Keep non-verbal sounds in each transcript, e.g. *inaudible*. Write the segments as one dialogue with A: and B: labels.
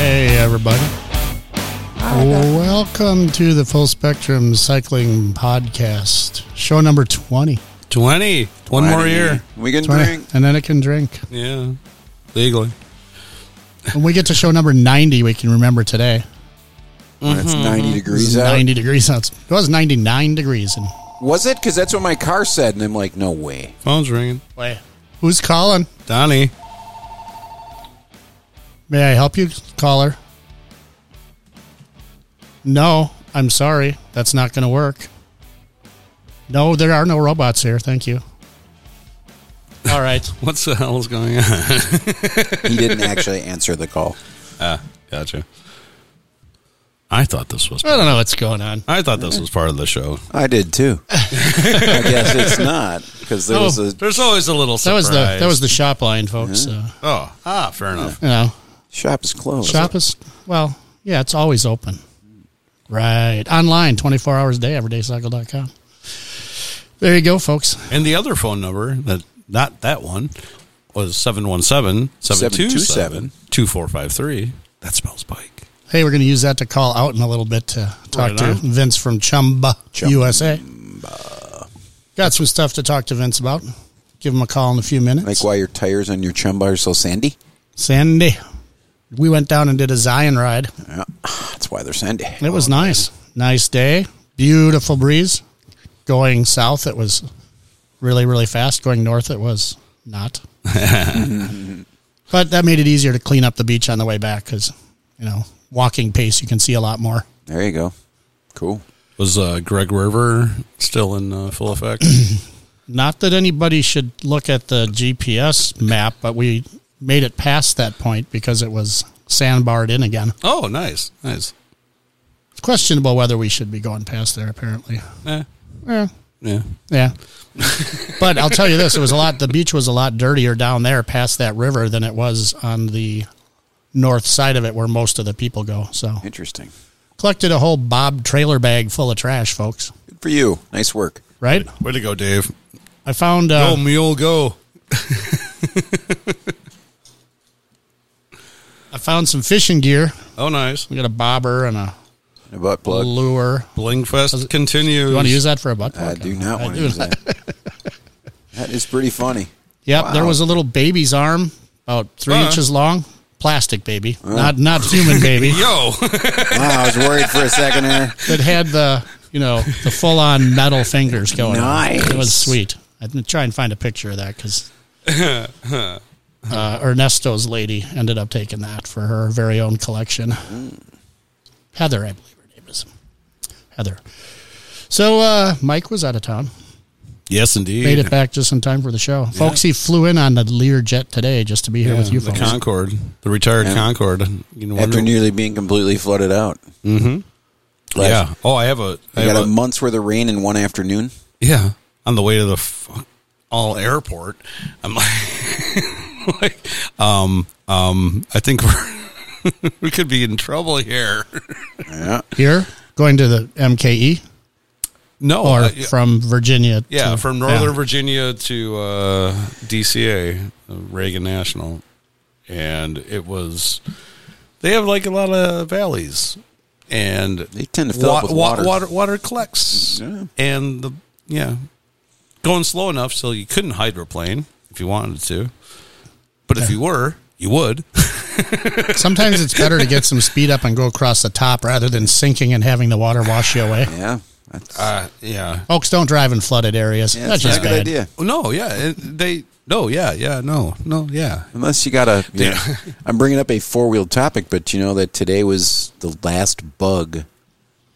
A: everybody. Welcome to the Full Spectrum Cycling Podcast, show number 20.
B: 20. One more year.
C: We can
A: 20.
C: drink.
A: And then it can drink.
B: Yeah. Legally.
A: When we get to show number 90, we can remember today.
C: When it's 90 degrees
A: It's
C: out.
A: 90 degrees out. It was 99 degrees. And,
C: Was it? Because that's what my car said, and I'm like, no way.
B: Phone's ringing.
A: wait, who's calling?
B: Donnie.
A: May I help you, caller? No, I'm sorry. That's not going to work. No, there are no robots here. Thank you. All right.
B: What the hell is going on? *laughs*
C: He didn't actually answer the call.
B: Gotcha. I thought this was.
A: I don't know what's going on.
B: I thought this was part of the show.
C: I did too. I guess it's not because there was
A: Oh,
C: a
B: There's always a little
A: That was
B: surprise.
A: the that was the shop line, folks. Uh,
B: Oh, ah, fair enough.
A: you know,
C: shop is closed.
A: shop is well, yeah, it's always open. Right. Online, 24 hours a day, everydaycycle.com. There you go, folks.
B: And the other phone number that not that one was 717 727 2453. That smells bike.
A: Hey, we're going to use that to call out in a little bit to talk
B: Right
A: to
B: on.
A: Vince from Chumba, USA. Got some stuff to talk to Vince about. Give him a call in a few minutes.
C: Like why your tires on your chumba are so sandy?
A: Sandy. We went down and did a Zion ride.
C: Yeah, that's why they're sandy.
A: It was nice. Nice day. Beautiful breeze. Going south, it was really, really fast. Going north, it was not. but that made it easier to clean up the beach on the way back because, you know, walking pace, you can see a lot more.
C: There you go. Cool.
B: Was uh, Greg River still in uh, full
A: *coughs*
B: effect?
A: Not that anybody should look at the GPS map, but we made it past that point because it was sandbarred in again.
B: oh, nice. Nice.
A: It's questionable whether we should be going past there, apparently.
B: Eh,
A: Yeah.
B: yeah.
A: Yeah. but I'll tell you this, it was a lot the beach was a lot dirtier down there past that river than it was on the north side of it where most of the people go. So
C: Interesting.
A: collected a whole Bob trailer bag full of trash, folks.
C: Good for you. Nice work.
A: Right?
B: Way to go, Dave.
A: I found
B: Go,
A: uh,
B: mule, go.
A: I found some fishing gear.
B: Oh, nice.
A: We got a bobber and a
C: A butt plug.
A: lure.
B: Bling Fest continues.
A: You want to use that for a butt plug?
C: I do not
A: I
C: want to
A: do
C: use
A: not.
C: that. that is pretty funny.
A: Yep, there
C: Wow.
A: was a little baby's arm, about 3
B: Uh-huh.
A: inches long, plastic baby,
C: Uh-huh.
A: not not human
C: *laughs*
A: baby.
B: Yo, *laughs*
C: Wow, I was worried for a second there.
A: that had the you know the full on metal fingers going.
C: Nice.
A: on. it was sweet. I'm gonna try and find a picture of that because uh, Ernesto's lady ended up taking that for her very own collection.
B: Mm.
A: Heather, I believe her name is Heather. So uh, Mike was out of town.
B: yes, indeed.
A: Made it back just in time for the show, folks. He flew in on the Learjet today just to be here with you
B: the
A: folks.
B: Concorde, the retired Concorde. You know,
C: After
B: wonder-
C: nearly being completely flooded out.
A: Mm-hmm.
B: yeah. Oh, I have a. I
C: You
B: have
C: got
B: a-
C: a month's worth of rain in one afternoon.
B: yeah, on the way to the f- all airport, I'm like, like, *laughs* um, um, I think we're *laughs* we could be in trouble here.
A: Here, going to the MKE
B: No,
A: or
B: uh,
A: from Virginia.
B: yeah,
A: to-
B: from Northern Virginia to uh, DCA, uh, Reagan National, and it was. They have like a lot of valleys, and
C: They tend to fill up with water.
B: water, water collects,
C: Yeah.
B: and the yeah, going slow enough so you couldn't hydroplane if you wanted to, but if you were, you would.
A: Sometimes it's better to get some speed up and go across the top rather than sinking and having the water wash you away.
C: Yeah, that's,
B: Uh, yeah.
A: Folks don't drive in flooded areas.
C: yeah,
A: That's
C: it's not a
A: just
C: good
A: bad.
C: idea.
B: No, yeah, it, they. No, yeah, yeah, no, no, yeah.
C: Unless you got a, you know, I'm bringing up a four wheeled topic, but you know that today was the last bug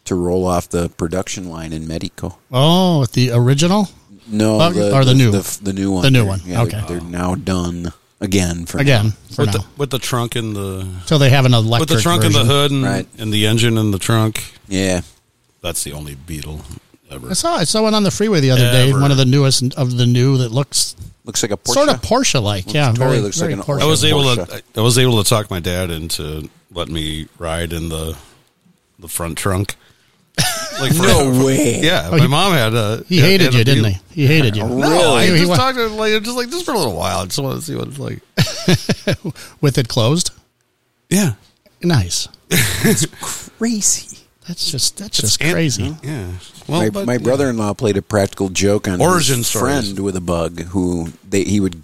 C: to roll off the production line in Medico.
A: Oh, with the original?
C: No,
A: Bug or the new?
C: the, f- the new one,
A: The new
C: They're-
A: one,
C: Yeah, they're-
A: okay.
C: they're, now done again for
A: Again, for
B: With
A: now.
B: the with the trunk and the
A: Till they have an electric
B: with the trunk
A: version.
B: and the hood and,
C: Right.
B: and the engine and the trunk.
C: Yeah,
B: That's the only Beetle ever.
A: I saw, I saw one on the freeway the other day,
B: Ever.
A: one of the newest of the new that looks
C: looks like a Porsche.
A: sort of Porsche-like. Yeah,
C: totally
A: very,
C: looks
A: very
C: like an
A: Porsche.
B: I was
C: Porsche.
B: able to I was able to talk my dad into letting me ride in the the front trunk. Like for,
C: *laughs* no way.
B: yeah,
A: Oh,
B: my
A: he-
B: mom had a
A: he hated
B: had a
A: you, didn't he?
B: Beetle.
A: He hated
C: *laughs*
A: you.
B: No, I
A: He- he
B: just
A: wa-
B: talked to like just like this for a little while. I just want to see what it's like.
A: with it closed?
B: Yeah,
A: Nice.
C: Crazy.
A: That's just that's just crazy.
B: Yeah. Well,
C: my,
B: but,
C: my
B: yeah.
C: brother-in-law played a practical joke on
B: Origin
C: his
B: stories.
C: friend with a bug who they, he would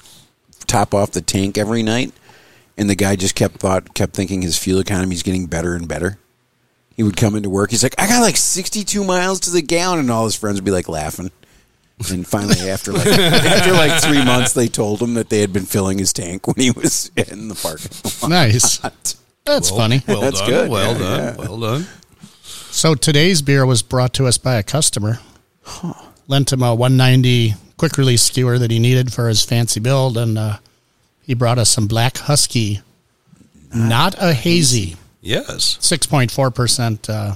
C: top off the tank every night, and the guy just kept thought kept thinking his fuel economy is getting better and better. He would come into work. He's like, I got like sixty-two miles to the gallon, and all his friends would be like laughing. And
B: *laughs*
C: finally, after like after like three months, they told him that they had been filling his tank when he was in the parking lot. *laughs*
A: Nice. That's
B: Well-
A: funny.
B: Well
C: That's
B: done.
C: good.
B: Well
C: Yeah,
B: done.
C: yeah.
B: Well done.
A: So today's beer was brought to us by a customer. Lent him a 190 quick release skewer that he needed for his fancy build, and uh, he brought us some black husky, not a hazy,
B: Yes.
A: 6.4 percent, uh,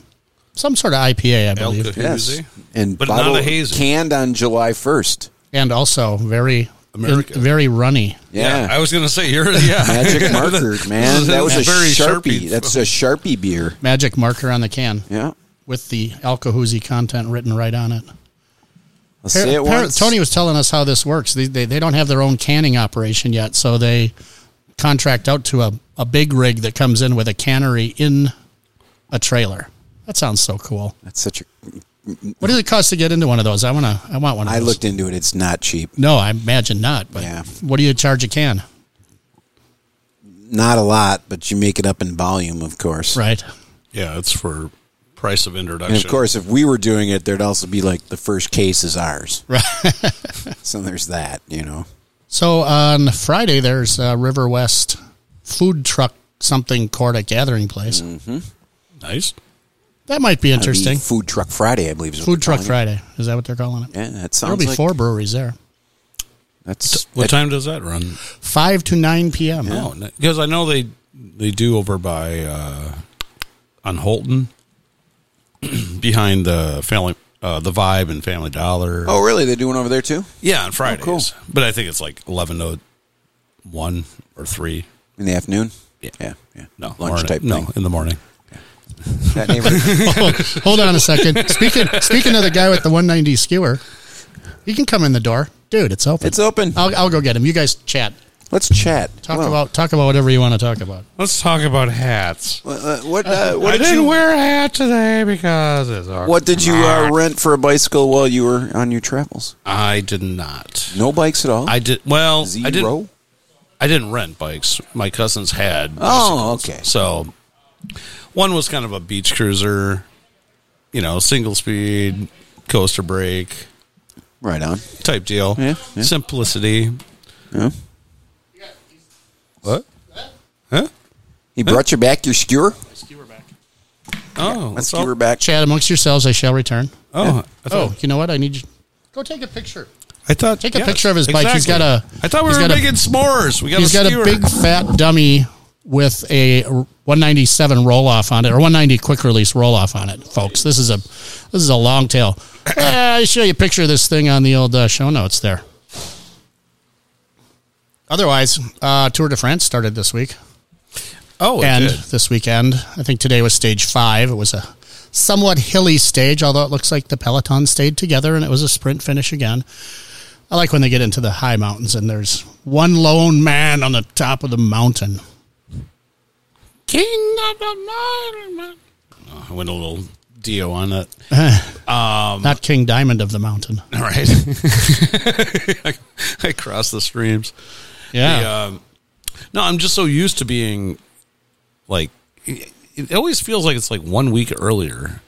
A: some sort of IPA, I believe,
B: Elk
C: Yes,
B: Hazy.
C: and
B: But not
C: bottled-
B: a hazy.
C: canned on July first.
A: and also very
B: America.
A: very runny.
C: Yeah,
B: I was going to say, you're, yeah.
C: *laughs*
A: *laughs*
B: *laughs*
C: Magic marker, man. That was a
B: Very
C: sharpie.
B: sharpie.
C: That's a sharpie beer.
A: Magic marker on the can
C: Yeah,
A: with the alcohoozy content written right on it.
C: I'll say it
A: Par- par-
C: once.
A: Tony was telling us how this works. They, they, they don't have their own canning operation yet, so they contract out to a, a big rig that comes in with a cannery in a trailer. That sounds so cool.
C: That's such a.
A: What does it cost to get into one of those? I wanna I want one of
C: I
A: those.
C: looked into it. It's not cheap.
A: no, I imagine not, but
C: Yeah.
A: what do you charge a can?
C: Not a lot, but you make it up in volume, of course.
A: Right.
B: Yeah, it's for price of introduction.
C: And of course, if we were doing it, there'd also be like the first case is ours.
A: Right.
C: *laughs* So there's that, you know.
A: So on Friday there's a River West food truck something Corda gathering place.
B: Nice.
A: That might be
C: Mm. That'd be
A: interesting.
C: Food Truck Friday, I believe. Is what
A: Food
C: they're
A: truck
C: calling
A: Friday. Is that what they're calling it?
C: it. Yeah, that
A: There'll
C: sounds
A: be
C: like
A: four breweries there.
C: That's
B: What
C: that-
B: time does that run?
A: 5 to 9 p.m.
B: Oh, because I know they they do over by uh, on Holton *clears throat* behind the family, uh, the vibe and Family Dollar.
C: Oh, really? They're doing over there too,
B: yeah, on Fridays.
C: cool.
B: But I think it's like eleven to one or three.
C: in the afternoon.
B: Yeah.
C: yeah, yeah.
B: No,
C: lunch
B: morning.
C: type
B: No,
C: thing.
B: in the morning.
C: That neighborhood-
A: *laughs* hold, oh, hold on a second. Speaking speaking of the guy with the 190 skewer, he can come in the door, dude. It's open.
C: it's open.
A: I'll, I'll go get him. You guys chat.
C: Let's chat.
A: Talk
C: Well,
A: about talk about whatever you want to talk about.
B: Let's talk about hats.
C: uh, what. Uh, what
B: I
C: did
B: didn't
C: you?
B: wear a hat today because it's
C: What did you uh, rent for a bicycle while you were on your travels?
B: I did not.
C: No bikes at all.
B: I did well. I
C: Zero.
B: didn't. I didn't rent bikes. My cousins had.
C: Oh,
B: bicycles.
C: okay.
B: So one was kind of a beach cruiser, you know, single speed coaster brake
C: Right on.
B: type deal.
C: Yeah, yeah.
B: Simplicity.
C: Yeah.
B: What? Huh?
C: He brought you back your
B: Oh,
C: skewer. Let's
B: that's
C: skewer
B: all-
C: back.
A: Chat amongst yourselves. I shall return.
B: Oh, I thought,
A: Oh, you know what? I need you. Go take a picture.
B: I thought
A: Take a picture of his bike. He's got a-
B: I thought we
A: he's
B: were
A: got a-
B: making s'mores. We got
A: He's
B: a
A: got a
B: skewer.
A: big fat dummy with a 197 roll off on it, or 190 quick release roll off on it, folks. This is a this is a long *coughs* tail. Eh, I show you a picture of this thing on the old uh, show notes there. Otherwise, uh, Tour de France started this week
B: Oh, it
A: and
B: did.
A: this weekend. I think today was stage five. It was a somewhat hilly stage, although it looks like the peloton stayed together and it was a sprint finish again. I like when they get into the high mountains and there's one lone man on the top of the mountain.
B: King of the Mountain. Oh, I went a little Dio
A: *laughs*
B: on it. Um,
A: Not King Diamond of the
B: *laughs*
A: mountain.
B: All right. I crossed the streams.
A: Yeah.
B: The, um, no, I'm just so used to being like it, it always feels like it's like one week earlier.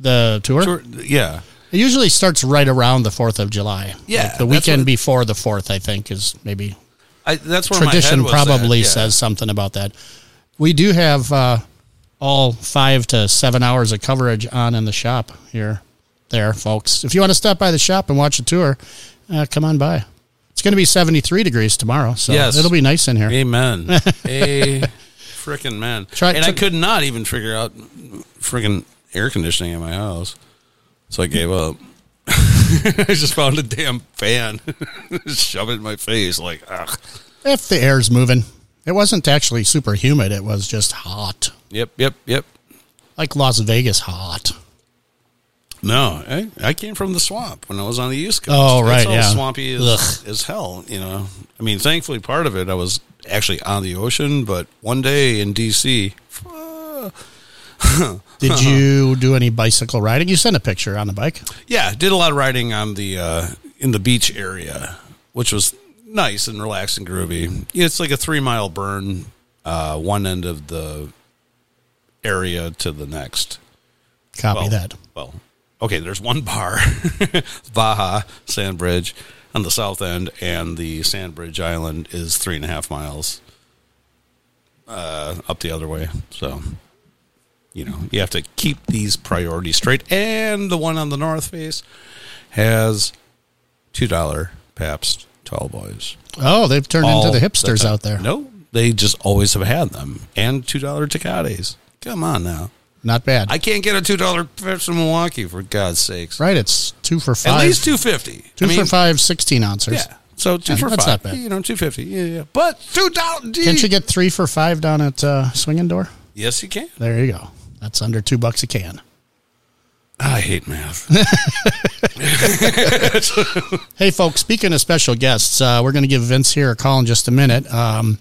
A: The tour?
B: Sure, Yeah,
A: It usually starts right around the 4th of July.
B: Yeah,
A: Like the
B: that's
A: weekend
B: what-
A: before the 4th, I think, is maybe
B: I, that's where
A: tradition
B: my head was
A: probably
B: at, yeah.
A: says something about that. We do have uh, all five to seven hours of coverage on in the shop here, there, folks. If you want to stop by the shop and watch a tour, uh, come on by. It's going to be 73 degrees tomorrow, so
B: Yes.
A: it'll be nice in here. *laughs*
B: Amen. A freaking man.
A: Try-
B: and I
A: try-
B: could not even figure out freaking air conditioning in my house, so I gave up. *laughs* I just found a damn fan, *laughs* shove it in my face like ugh.
A: If the air's moving, it wasn't actually super humid, it was just hot.
B: Yep, yep, yep.
A: Like Las Vegas hot.
B: No, I, I came from the swamp when I was on the East Coast.
A: Oh,
B: It's
A: right,
B: all
A: yeah.
B: swampy as, as hell. You know, I mean, thankfully, part of it I was actually on the ocean, but one day in D.C.,
A: Did you do any bicycle riding? You sent a picture on the bike.
B: Yeah, did a lot of riding on the uh, in the beach area, which was nice and relaxed and groovy. It's like a three mile burn, uh, one end of the area to the next.
A: Copy
B: well,
A: that.
B: Well, okay. There's one bar, *laughs* Baja Sandbridge, on the south end, and the Sandbridge Island is three and a half miles uh, up the other way. So, you know, you have to keep these priorities straight. And the one on the north face has two dollar Pabst Tall Boys.
A: Oh, they've turned
B: All
A: into the
B: the
A: hipsters
B: time.
A: out there.
B: No, they just always have had them, and two dollar Tecates. Come on now.
A: Not bad.
B: I can't get a two dollar Pabst in Milwaukee for God's sakes.
A: right, it's two for
B: At
A: five.
B: least two fifty.
A: two for five, 16 ounces.
B: Yeah. So two
A: Yeah,
B: for
A: that's not
B: five.
A: bad.
B: You know, two fifty. Yeah, yeah. But two dollars.
A: Can't you get three for five down at uh, Swinging Door?
B: Yes, you can.
A: There you go. That's under two bucks a can.
B: I hate math.
A: Hey, folks, speaking of special guests, uh, we're going to give Vince here a call in just a minute. Um,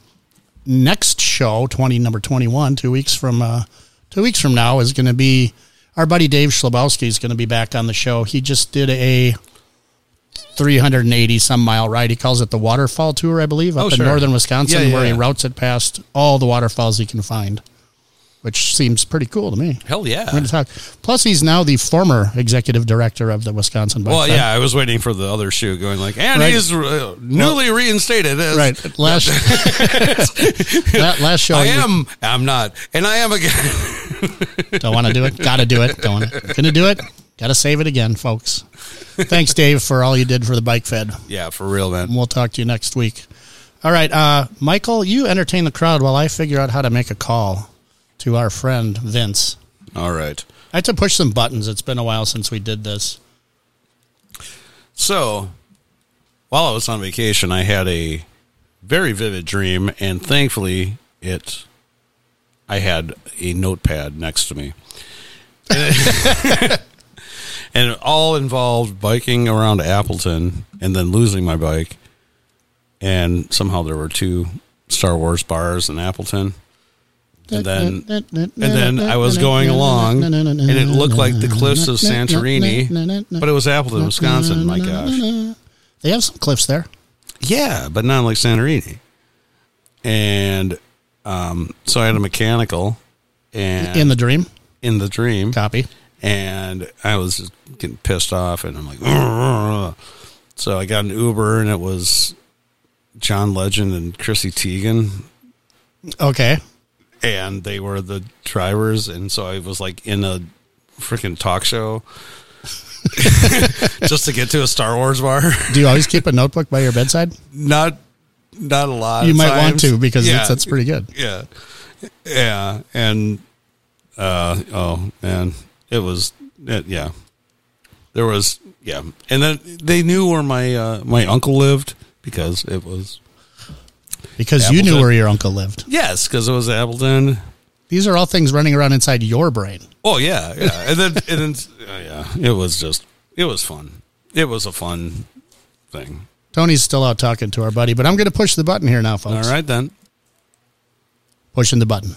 A: next show, 20, number 21, two weeks from, uh, two weeks from now, is going to be our buddy Dave Schlabowski is going to be back on the show. He just did a 380 some mile ride. He calls it the waterfall tour, I believe, up
B: Oh,
A: in
B: sure.
A: northern Wisconsin,
B: Yeah, yeah,
A: where he
B: yeah.
A: routes it past all the waterfalls he can find, which seems pretty cool to me.
B: *laughs* Hell
A: We're
B: yeah.
A: gonna talk. Plus, he's now the former executive director of the Wisconsin Bike
B: Well,
A: Fed.
B: yeah, I was waiting for the other shoe going like, and
A: Right.
B: he's uh, newly reinstated as
A: Right. Last
B: *laughs*
A: *laughs* that last show,
B: I
A: you
B: am. I'm not, and I am again. *laughs*
A: don't want to do it. Got to do it. Don't want to. Gonna do it. Got to save it again, folks. Thanks, Dave, for all you did for the bike fed.
B: yeah, for real, man.
A: We'll talk to you next week. All right, uh, Michael, you entertain the crowd while I figure out how to make a call to our friend Vince.
B: All right.
A: I had to push some buttons. It's been a while since we did this.
B: So, while I was on vacation, I had a very vivid dream, and thankfully, it. I had a notepad next to me. *laughs* and it all involved biking around Appleton and then losing my bike. And somehow there were two Star Wars bars in Appleton. And then
A: and
B: and then I was going along, and it looked like the cliffs of Santorini, but it was Appleton, Wisconsin. My gosh,
A: They have some cliffs there.
B: yeah, but not like Santorini. And um, so I had a mechanical, and
A: In the dream,
B: in the dream,
A: copy.
B: and I was just getting pissed off, and I'm like, *laughs* "Ugh." so I got an Uber, and it was John Legend and Chrissy Teigen
A: Okay,
B: and they were the drivers and so i was like in a freaking talk show *laughs* just to get to a star wars bar *laughs*
A: do you always keep a notebook by your bedside?
B: not not a lot
A: You
B: of
A: might want
B: times.
A: to because
B: yeah,
A: that's, that's pretty good.
B: yeah yeah and uh oh man it was it, yeah there was yeah and then they knew where my uh my uncle lived because it was
A: Because you
B: Appleton.
A: knew where your uncle lived.
B: yes because it was appleton
A: These are all things running around inside your brain.
B: Oh yeah, yeah, and then and then oh, yeah, it was just it was fun. It was a fun thing.
A: Tony's still out talking to our buddy, but I'm going to push the button here now,
B: All
A: folks.
B: right then.
A: Pushing the button.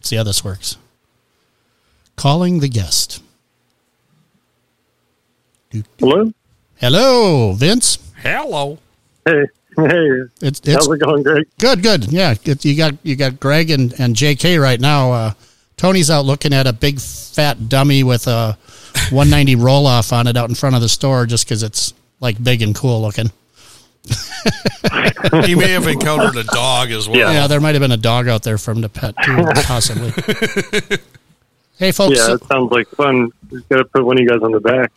A: See how this works. Calling the guest.
D: Hello.
A: Hello, Vince.
B: Hello.
D: Hey, hey.
A: It's
D: How's
A: it's
D: it going, Greg?
A: Good, good. Yeah, it, you got you got Greg and, and J.K. right now. Uh, Tony's out looking at a big fat dummy with a *laughs* 190 roll off on it out in front of the store just because it's like big and cool looking.
B: He may have encountered a dog as well.
D: Yeah.
A: Yeah, there might have been a dog out there for him to pet too, possibly. hey, folks.
D: Yeah,
A: Yeah,
D: it sounds like fun. Just gotta put one of you guys on the back.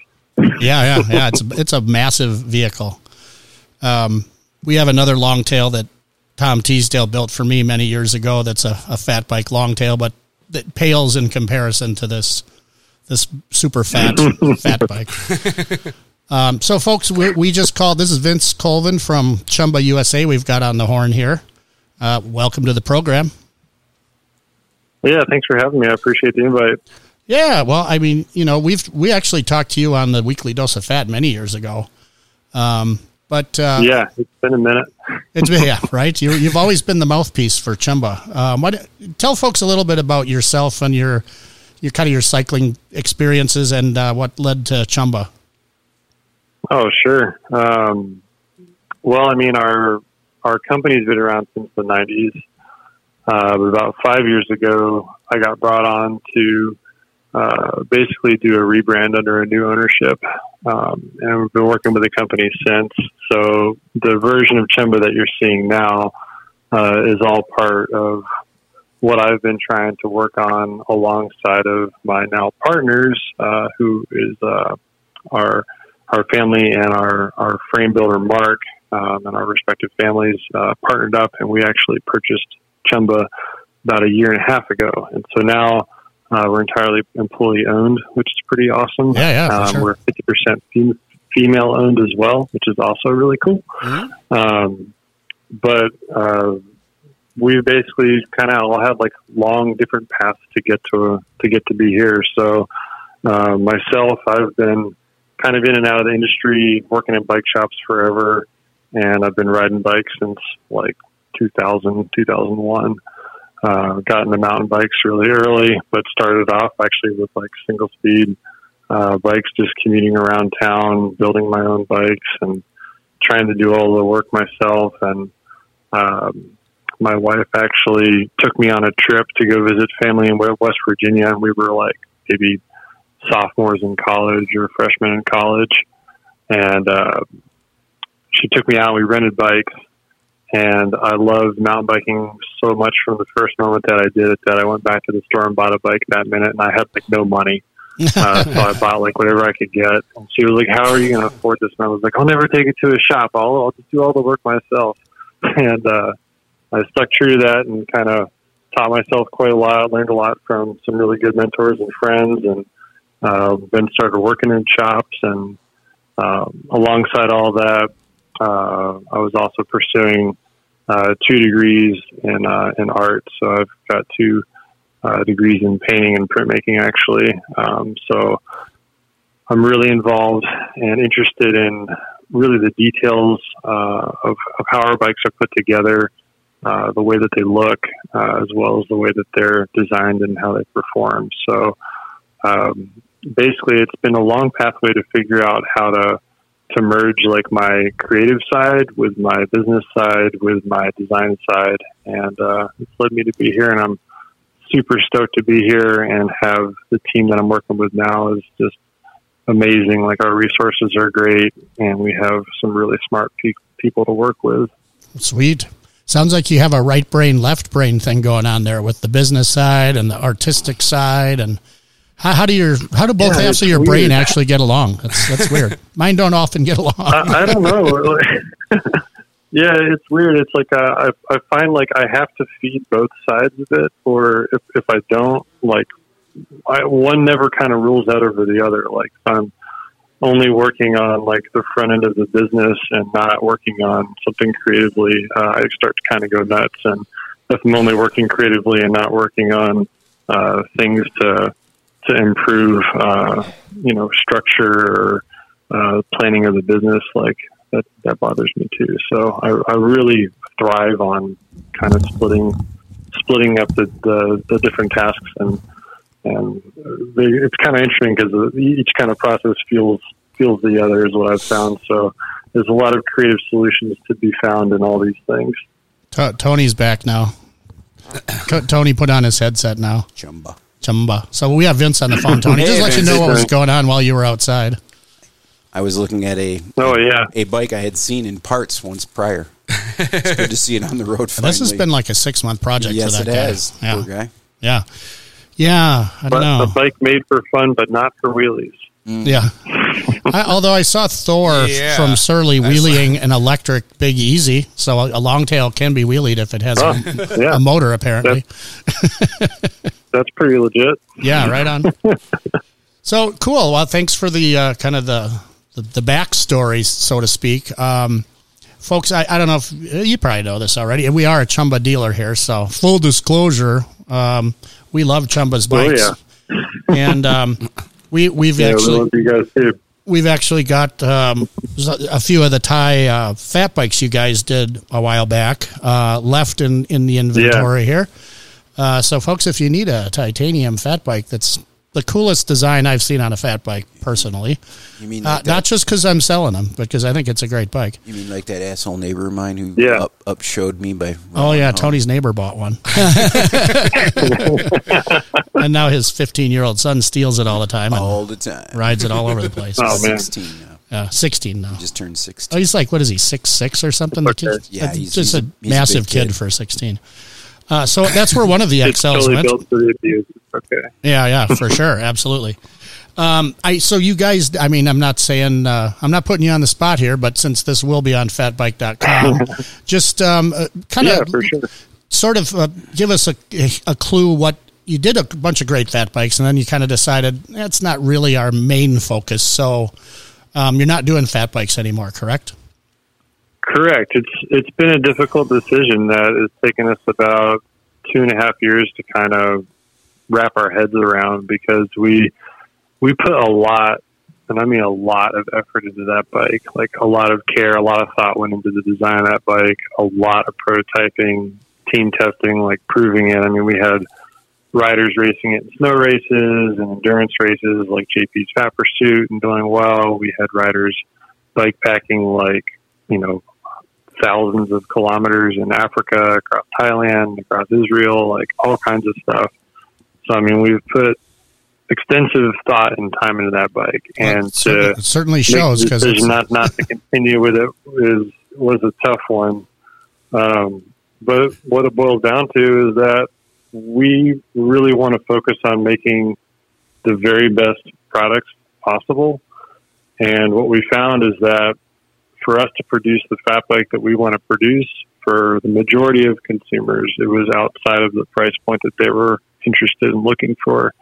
A: yeah, yeah. It's a, it's a massive vehicle. Um, we have another long tail that Tom Teasdale built for me many years ago. That's a, a fat bike long tail, but that pales in comparison to this this super fat fat bike. Um, so, folks, we, we just called. This is Vince Colvin from Chumba USA. We've got on the horn here. Uh, welcome to the program.
D: Yeah, thanks for having me. I appreciate the invite.
A: Yeah, well, I mean, you know, we've we actually talked to you on the weekly dose of fat many years ago, um, But uh,
D: yeah, it's been a minute.
A: It's been, yeah, right. You, you've always been the mouthpiece for Chumba. Um, what, tell folks a little bit about yourself and your your kind of your cycling experiences and uh, what led to Chumba.
D: Oh, sure. Um, well, I mean, our our company's been around since the '90s. Uh, but about five years ago, I got brought on to uh, basically do a rebrand under a new ownership, um, and we've been working with the company since. So the version of Chumba that you're seeing now uh, is all part of what I've been trying to work on alongside of my now partners, uh, who is uh, our our family and our our frame builder Mark um, and our respective families uh, partnered up, and we actually purchased Chumba about a year and a half ago, and so now. Uh, we're entirely employee owned, which is pretty awesome.
A: Yeah, yeah, for
D: um,
A: sure.
D: We're 50% fem- female owned as well, which is also really cool. Um, but uh, we basically kind of all had like long different paths to get to to get to be here. So uh, myself, I've been kind of in and out of the industry, working in bike shops forever, and I've been riding bikes since like 2000, 2001. Uh, got into mountain bikes really early, but started off actually with like single speed uh, bikes, just commuting around town, building my own bikes, and trying to do all the work myself. And um, my wife actually took me on a trip to go visit family in we- West Virginia, and we were like maybe sophomores in college or freshmen in college. And uh, she took me out. We rented bikes, and I loved mountain biking so much from the first moment that I did it that I went back to the store and bought a bike that minute, and I had like no money. *laughs* uh, so I bought like whatever I could get. And she was like, "How are you going to afford this?" And I was like, "I'll never take it to a shop. I'll, I'll just do all the work myself." *laughs* And uh, I stuck true to that and kind of taught myself quite a lot. Learned a lot from some really good mentors and friends, and uh, then started working in shops. And um, alongside all that, uh, I was also pursuing uh, two degrees in uh, in art. So I've got two uh, degrees in painting and printmaking, actually. Um, so I'm really involved and interested in really the details uh, of, of how our bikes are put together, uh, the way that they look, uh, as well as the way that they're designed and how they perform. So um, basically, it's been a long pathway to figure out how to to merge like my creative side with my business side with my design side, and uh, it's led me to be here, and I'm super stoked to be here and have the team that I'm working with now is just amazing. Like our resources are great, and we have some really smart pe- people to work with.
A: *laughs* Sweet. Sounds like you have a right brain, left brain thing going on there with the business side and the artistic side, and how, how do your how do both
D: Yeah,
A: halves of
D: it's
A: your brain
D: weird.
A: actually get along? That's that's
D: *laughs*
A: weird. Mine don't often get along.
D: I, I don't know. *laughs* yeah, it's weird. It's like uh, I I find like I have to feed both sides of it, or if if I don't, like I, one never kind of rules out over the other. Like if I'm only working on like the front end of the business and not working on something creatively, uh, I start to kind of go nuts. And if I'm only working creatively and not working on uh, things to to improve, uh, you know, structure or uh, planning of the business, like that, that bothers me too. So I, I really thrive on kind of splitting splitting up the, the, the different tasks and and they, it's kind of interesting because each kind of process fuels fuels the other is what I've found. So there's a lot of creative solutions to be found in all these things.
A: To- Tony's back now. Co- Tony put on his headset now.
C: Chumba.
A: Chumba. So we have Vince on the phone, Tony. Just
C: *laughs* Hey,
A: let you
C: Vince.
A: know what was
D: Hey.
A: going on while you were outside.
C: I was looking at a
D: Oh yeah,
C: a bike I had seen in parts once prior. It's good to see it on the road. Finally.
A: This has been like a six month project
C: yes,
A: for
C: it
A: that guy.
C: has.
A: Yeah.
C: Poor guy.
A: Yeah. Yeah. I
D: but
A: don't
D: a
A: know.
D: bike made for fun, but not for wheelies.
A: Yeah. I, although I saw Thor
B: Yeah.
A: from Surly
B: I
A: wheeling an electric Big Easy, so a, a long tail can be wheelied if it has
D: Oh,
A: a,
D: yeah,
A: a motor, apparently.
D: that's pretty legit.
A: Yeah, right on. so cool. Well, thanks for the uh, kind of the, the the backstory, so to speak. Um, folks, I, I don't know if uh, you probably know this already. We are a Chumba dealer here, so full disclosure, um, we love Chumba's
D: Oh
A: bikes,
D: yeah,
A: and um, we we've
D: yeah, we
A: actually
D: love you guys too.
A: we've actually got um, a few of the Thai uh, fat bikes you guys did a while back uh, left in, in the inventory here. Uh, so, folks, if you need a titanium fat bike, that's the coolest design I've seen on a fat bike personally.
C: You mean
A: Uh,
C: like that,
A: not just because I'm selling them, because I think it's a great bike.
C: you mean like that asshole neighbor of mine who
D: Yeah.
C: up, up showed me by
A: Oh yeah, Tony's neighbor bought one, and now his 15 year old son steals it all the time and
C: all the time.
A: rides it all over the place.
D: Oh, man.
C: sixteen now.
A: Yeah, 16 now.
C: Just turned
A: Oh,
C: sixteen.
A: he's like what is he six six or something? The kid-
C: Yeah,
A: that's
C: he's-
A: just
C: he's a-
A: a
C: he's a big
A: massive kid.
C: kid.
A: for 16. Uh, so that's where one of the
D: It's
A: XLs
D: totally
A: went.
D: built for the abuse. Okay.
A: Yeah, yeah, for sure, absolutely. Um, I so you guys, I mean, I'm not saying uh, I'm not putting you on the spot here, but since this will be on fatbike.com, just um, uh, kind of
D: Yeah, for sure.
A: sort of uh, give us a, a clue what you did a bunch of great fat bikes and then you kind of decided that's not really our main focus so um, you're not doing fat bikes anymore correct
D: Correct. It's it's been a difficult decision that has taken us about two and a half years to kind of wrap our heads around because we we put a lot and I mean a lot of effort into that bike. Like a lot of care, a lot of thought went into the design of that bike, a lot of prototyping, team testing, like proving it. I mean we had riders racing it in snow races and endurance races like JP's Fat Pursuit and doing well. We had riders bike packing like you know thousands of kilometers in Africa, across Thailand, across Israel, like all kinds of stuff. So I mean, we've put extensive thought and time into that bike, and
A: it
D: to
A: certainly, it certainly
D: make
A: shows
D: the
A: because
D: decision not not to continue with it is was a tough one. Um, but what it boils down to is that we really want to focus on making the very best products possible. And what we found is that for us to produce the fat bike that we want to produce for the majority of consumers, it was outside of the price point that they were interested in looking for.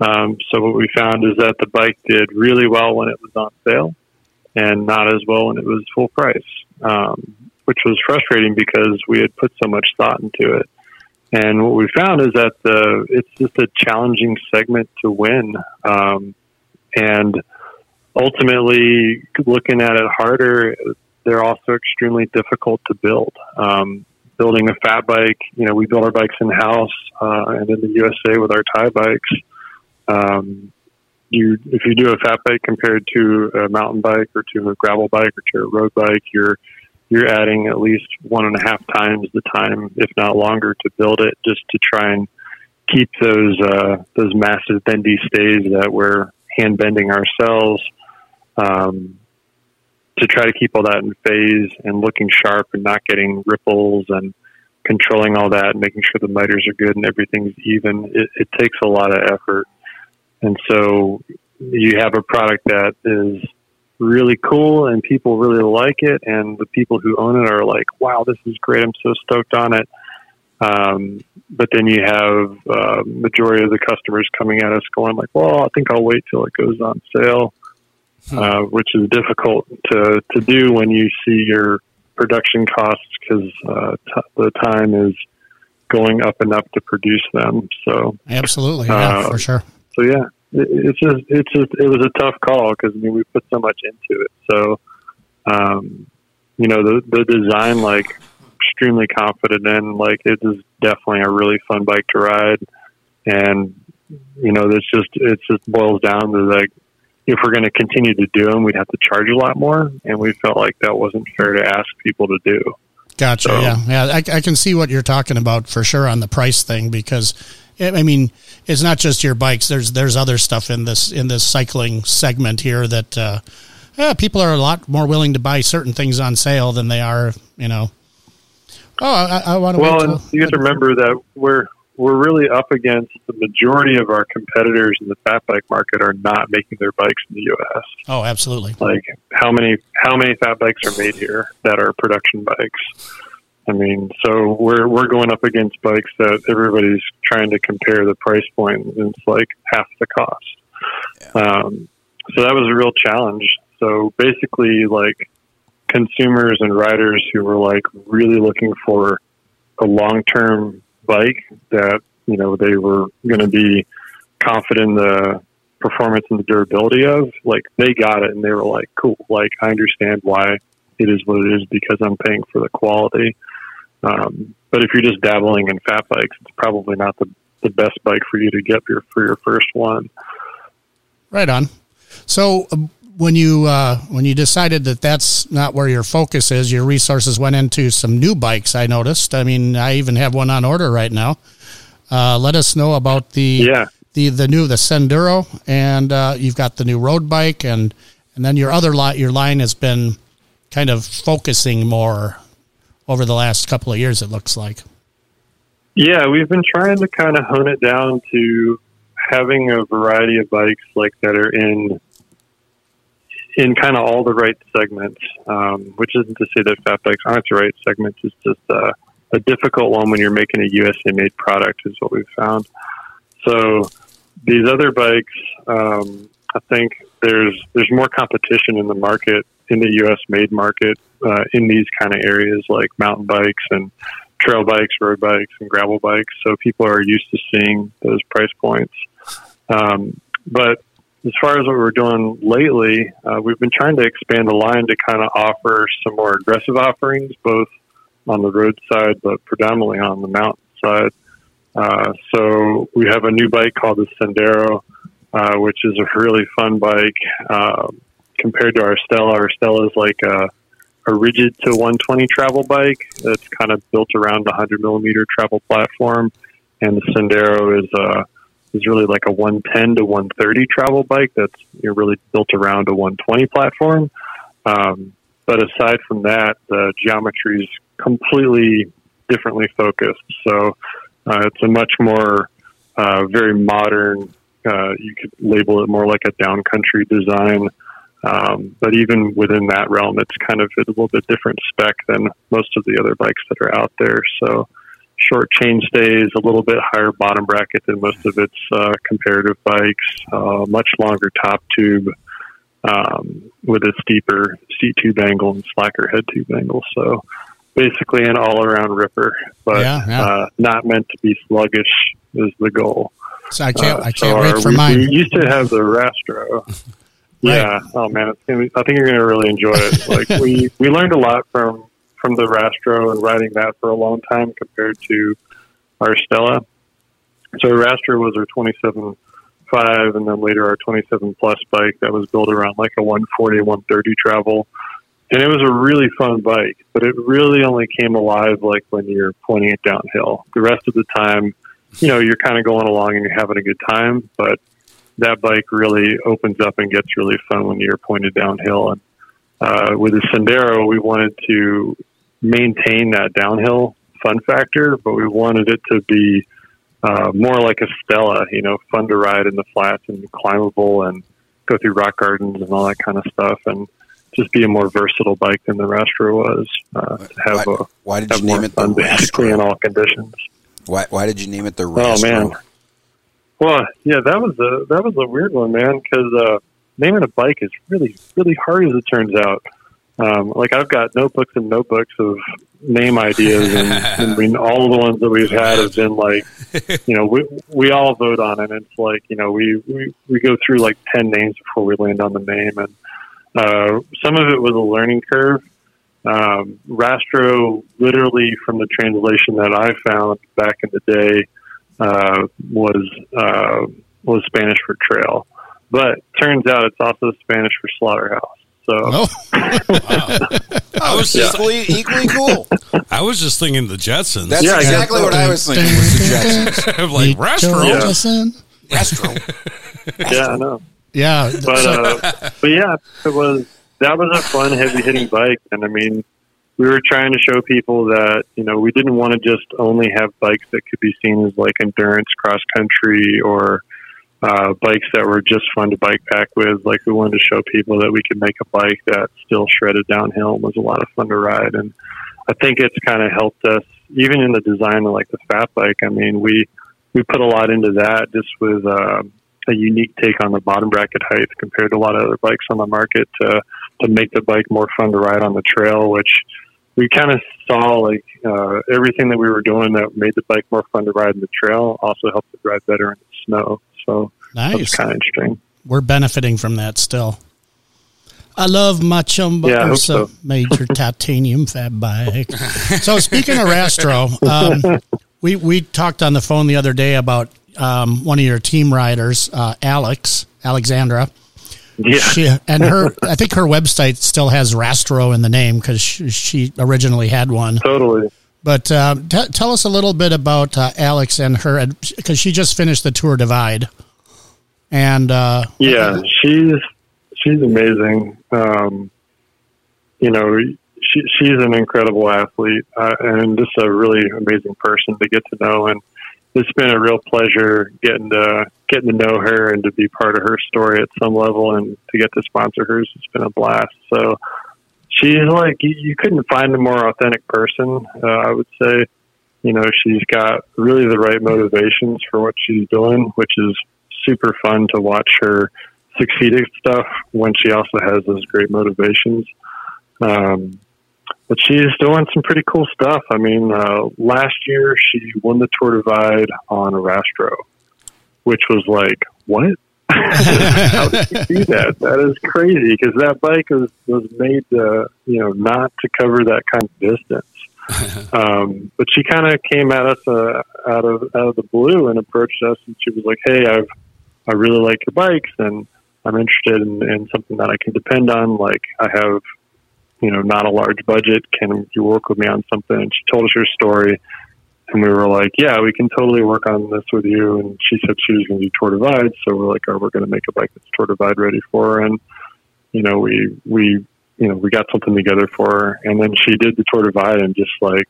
D: Um, so what we found is that the bike did really well when it was on sale, and not as well when it was full price, um, which was frustrating because we had put so much thought into it. And what we found is that the it's just a challenging segment to win, um, and ultimately looking at it harder, they're also extremely difficult to build. Um, building a fat bike, you know, we build our bikes in house uh, and in the USA with our tie bikes um, you if you do a fat bike compared to a mountain bike or to a gravel bike or to a road bike, you're you're adding at least one and a half times the time, if not longer, to build it just to try and keep those uh, those massive bendy stays that we're hand bending ourselves. Um, to try to keep all that in phase and looking sharp and not getting ripples and controlling all that and making sure the miters are good and everything's even, it, it takes a lot of effort. And so you have a product that is really cool and people really like it. And the people who own it are like, wow, this is great. I'm so stoked on it. Um, but then you have uh, majority of the customers coming at us going like, well, I think I'll wait till it goes on sale, uh, which is difficult to, to do when you see your production costs because uh, t- the time is going up and up to produce them. So
A: absolutely yeah,
D: Uh,
A: for sure
D: so yeah, it, it's just it's just it was a tough call because I mean we put so much into it. So, um, you know the the design like extremely confident in like it is definitely a really fun bike to ride, and you know it's just it just boils down to like if we're going to continue to do them, we'd have to charge a lot more, and we felt like that wasn't fair to ask people to do.
A: Gotcha.
D: So-
A: Yeah, yeah. I, I can see what you're talking about for sure on the price thing because, I I mean, it's not just your bikes. There's there's other stuff in this in this cycling segment here that, uh, yeah, people are a lot more willing to buy certain things on sale than they are. You know, oh, I, I want to.
D: Well, and you have to remember that we're we're really up against the majority of our competitors in the fat bike market are not making their bikes in the U.S.
A: Oh, absolutely.
D: Like how many how many fat bikes are made here that are production bikes? I mean, so we're we're going up against bikes that everybody's trying to compare the price point, and it's like half the cost. Um, so that was a real challenge. So basically, like consumers and riders who were like really looking for a long term bike that you know they were going to be confident in the performance and the durability of, like they got it and they were like, cool, like I understand why it is what it is because I'm paying for the quality. Um, but if you're just dabbling in fat bikes, it's probably not the, the best bike for you to get your, for your first one.
A: Right on. So uh, when you uh, when you decided that that's not where your focus is, your resources went into some new bikes. I noticed. I mean, I even have one on order right now. Uh, let us know about the
D: Yeah.
A: the the new the Senduro, and uh, you've got the new road bike, and and then your other lot your line has been kind of focusing more over the last couple of years. It looks like.
D: Yeah, we've been trying to kind of hone it down to having a variety of bikes like that are in in kind of all the right segments, um, which isn't to say that fat bikes aren't the right segments. It's just uh, a difficult one when you're making a USA made product, is what we've found. So these other bikes, um, I think there's there's more competition in the market in the US made market uh, in these kind of areas like mountain bikes and trail bikes, road bikes, and gravel bikes. So people are used to seeing those price points. Um, but as far as what we're doing lately, uh, we've been trying to expand the line to kind of offer some more aggressive offerings, both on the road side, but predominantly on the mountain side. Uh, so we have a new bike called the Sendero, uh, which is a really fun bike um, compared to our Stella. Our Stella is like a a rigid to 120 travel bike that's kind of built around the 100 millimeter travel platform, and the Sendero is uh, is really like a 110 to 130 travel bike that's you know, really built around a 120 platform. Um, but aside from that, the geometry is completely differently focused. So uh, it's a much more uh, very modern. Uh, you could label it more like a downcountry design. Um, but even within that realm, it's kind of a little bit different spec than most of the other bikes that are out there. So short chain stays, a little bit higher bottom bracket than most of its uh, comparative bikes, uh, much longer top tube um, with a steeper seat tube angle and slacker head tube angle. So basically an all around ripper, but
A: Yeah, yeah.
D: Uh, not meant to be sluggish is the goal.
A: So I can't
D: Uh,
A: I can't
D: so
A: wait
D: our-
A: for
D: we,
A: mine.
D: *laughs* We used to have the Rastro. Yeah. Oh man, it's gonna be, I think you're gonna really enjoy it. Like we we learned a lot from from the Rastro and riding that for a long time compared to our Stella. So Rastro was our 27 five, and then later our 27 plus bike that was built around like a 140, 130 travel. And it was a really fun bike, but it really only came alive like when you're pointing it downhill. The rest of the time, you know, you're kind of going along and you're having a good time, but that bike really opens up and gets really fun when you're pointed downhill. And uh, with the Sendero, we wanted to maintain that downhill fun factor, but we wanted it to be uh, more like a Stella, you know, fun to ride in the flats and climbable and go through rock gardens and all that kind of stuff and just be a more versatile bike than the Rastro was. Uh, to have
C: Why,
D: a,
C: why did
D: have
C: you name
D: more
C: it the
D: fun basically in
C: Rastro?
D: all conditions.
C: Why, why did you name it the
D: Oh man.
C: Rastro?
D: Well, yeah, that was a that was a weird one, man. Because uh, naming a bike is really really hard, as it turns out. Um, like I've got notebooks and notebooks of name ideas, and, and I mean, all of the ones that we've had have been like, you know, we we all vote on it. And it's like, you know, we we we go through like ten names before we land on the name, and uh, some of it was a learning curve. Um, Rastro, literally from the translation that I found back in the day, uh, was uh, was Spanish for trail, but turns out it's also Spanish for slaughterhouse. So
A: Oh,
B: I was just
C: Equally, equally cool.
B: I was just thinking the Jetsons.
C: That's
D: Yeah, I
C: exactly
A: got-
C: what I
A: *laughs*
C: was thinking. Was the Jetsons.
B: I'm *laughs* like
A: Nico
B: restaurant.
D: Yeah.
A: Jefferson?
C: Rastro.
D: yeah, I know.
A: Yeah. *laughs*
D: But uh, but yeah, it was that was a fun heavy hitting bike, and I mean, we were trying to show people that you know we didn't want to just only have bikes that could be seen as like endurance cross country or uh, bikes that were just fun to bike back with. Like we wanted to show people that we could make a bike that still shredded downhill and was a lot of fun to ride. And I think it's kind of helped us even in the design of like the fat bike. I mean, we we put a lot into that just with uh, a unique take on the bottom bracket height compared to a lot of other bikes on the market to to make the bike more fun to ride on the trail, which we kind of saw like uh, everything that we were doing that made the bike more fun to ride in the trail also helped it ride better in the snow. So
A: nice.
D: that's kind of interesting.
A: we're benefiting from that still. I love my Chumba
D: Yeah, I hope
A: Ursa
D: so. *laughs*
A: Major Titanium Fat Bike. so speaking of Rastro, um, we we talked on the phone the other day about um, one of your team riders, uh, Alex Alexandra.
D: Yeah.
A: She, and her, I think her website still has Rastro in the name because she, she originally had one.
D: Totally.
A: But uh, t- tell us a little bit about uh, Alex and her, because she just finished the Tour Divide, and uh,
D: Yeah, she's she's amazing. Um, you know, she, she's an incredible athlete uh, and just a really amazing person to get to know. And it's been a real pleasure getting to getting to know her and to be part of her story at some level, and to get to sponsor hers. It's been a blast. So she's like you, you couldn't find a more authentic person. Uh, I would say. You know, she's got really the right motivations for what she's doing, which is super fun to watch her succeed at stuff when she also has those great motivations. Um, but she's doing some pretty cool stuff. I mean, uh, last year she won the Tour Divide on a Rastro, which was like, what? How
B: *laughs*
D: did *laughs* she do that? That is crazy because that bike was, was made to, you know, not to cover that kind of distance um, but she kind of came at us uh, out of out of the blue and approached us, and she was like, "Hey, I've I really like your bikes, and I'm interested in, in something that I can depend on. Like I have, you know, not a large budget. Can you work with me on something?" And she told us her story, and we were like, "Yeah, we can totally work on this with you." And she said she was going to do Tour Divide, so we're like, "Are we going to make a bike that's Tour Divide ready for?" her?" And you know, we we you know we got something together for her, and then she did the Tour Divide and just like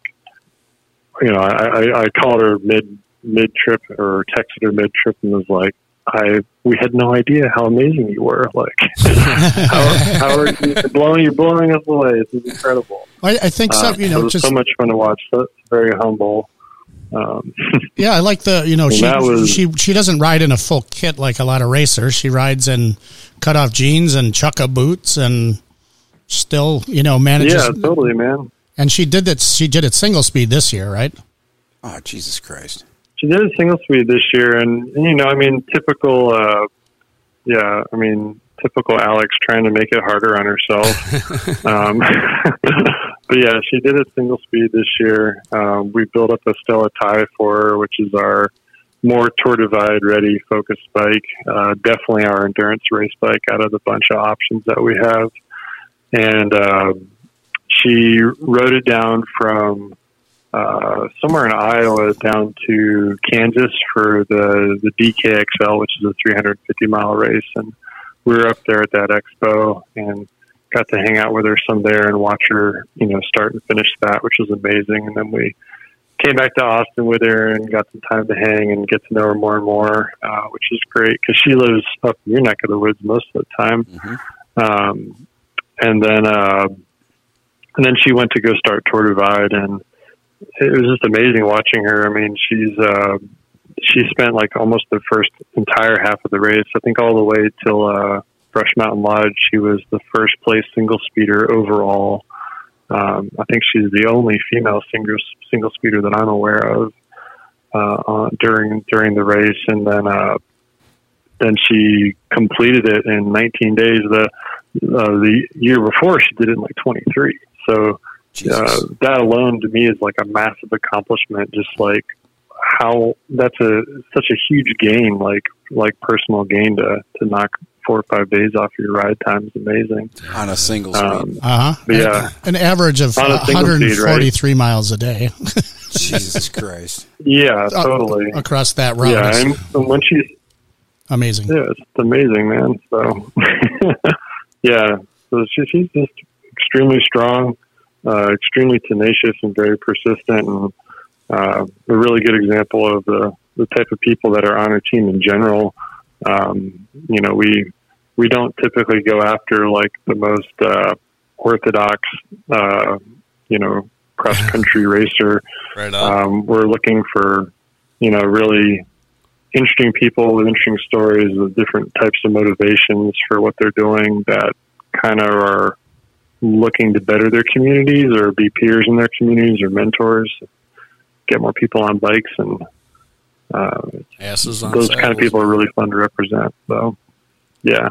D: you know, I, I, I called her mid mid trip or texted her mid trip and was like, I we had no idea how amazing you were. Like, *laughs* how, how are you blowing you blowing us away? This is incredible.
A: I, I think so.
D: Uh,
A: You
D: it
A: know,
D: was
A: just
D: so much fun to watch. So it's very humble. Um,
A: yeah, I like the you know she
D: that was-
A: she she doesn't ride in a full kit like a lot of racers. She rides in cut off jeans and chukka boots and still you know manages.
D: *laughs* yeah, totally, man.
A: And she did that. She did it single speed this year, right?
C: Oh, Jesus Christ.
D: She did a single speed this year, and you know, I mean, typical. Uh, yeah, I mean, typical Alex trying to make it harder on herself. um, *laughs* but yeah, she did a single speed this year. Um, we built up a Stella Tie for her, which is our more tour divide ready focused bike. Uh, definitely our endurance race bike out of the bunch of options that we have, and. Um, she rode it down from uh, somewhere in Iowa down to Kansas for the the DKXL, which is a 350 mile race, and we were up there at that expo and got to hang out with her some there and watch her, you know, start and finish that, which was amazing. And then we came back to Austin with her and got some time to hang and get to know her more and more, uh, which is great because she lives up in your neck of the woods most of the time.
C: Mhm.
D: Um, and then uh, and then she went to go start Tour Divide and it was just amazing watching her. I mean, she's uh, she spent like almost the first entire half of the race. I think all the way till uh, Brush Mountain Lodge, she was the first place single speeder overall. Um, I think she's the only female single single speeder that I'm aware of uh, on, during during the race, and then uh, then she completed it in 19 days. The uh, the year before she did it in like 23. So
C: Jesus.
D: uh, that alone to me is like a massive accomplishment. Just like how that's a such a huge gain, like like personal gain to to knock four or five days off your ride time is amazing.
C: on a single speed.
D: *laughs* Um,
A: Uh huh.
D: Yeah.
A: An average of
D: On a single speed, right?
A: 143 miles a day
C: Jesus Christ.
D: yeah,
A: Uh,
D: totally.
A: across that route.
D: Yeah,
A: It's
D: and and when she's
A: amazing.
D: yeah, it's amazing, man. So *laughs* yeah, so she, she's just extremely strong, uh, extremely tenacious, and very persistent, and uh, a really good example of the the type of people that are on our team in general. Um, you know, we we don't typically go after like the most uh, orthodox, uh, you know, cross country racer.
B: Right on.
D: Um, we're looking for, you know, really interesting people with interesting stories with different types of motivations for what they're doing that kind of are looking to better their communities or be peers in their communities or mentors, get more people on bikes. And uh,
B: Asses on
D: those kind of
B: saddles.
D: people are really fun to represent. So yeah.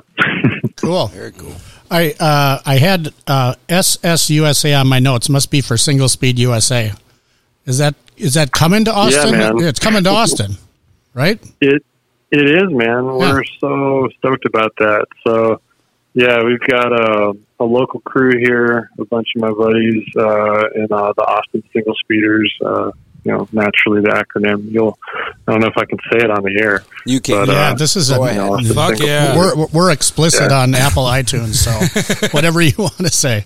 A: Cool.
C: Very cool.
A: I uh, I had uh, SSUSA on my notes. Must be for Single Speed USA. Is that is that coming to Austin?
D: man.
A: It's coming to Austin, right?
D: It it is, man. We're so stoked about that. So yeah, we've got a, a local crew here, a bunch of my buddies uh, in uh, the Austin Single Speeders. Uh, you know, naturally the acronym. You'll I don't know if I can say it on the air.
C: You can.
D: But,
A: yeah,
D: uh,
A: this is a,
C: go ahead.
B: Fuck Oh, yeah.
A: we're we're- we're explicit on Apple iTunes,
D: *laughs*
A: so whatever you want to say.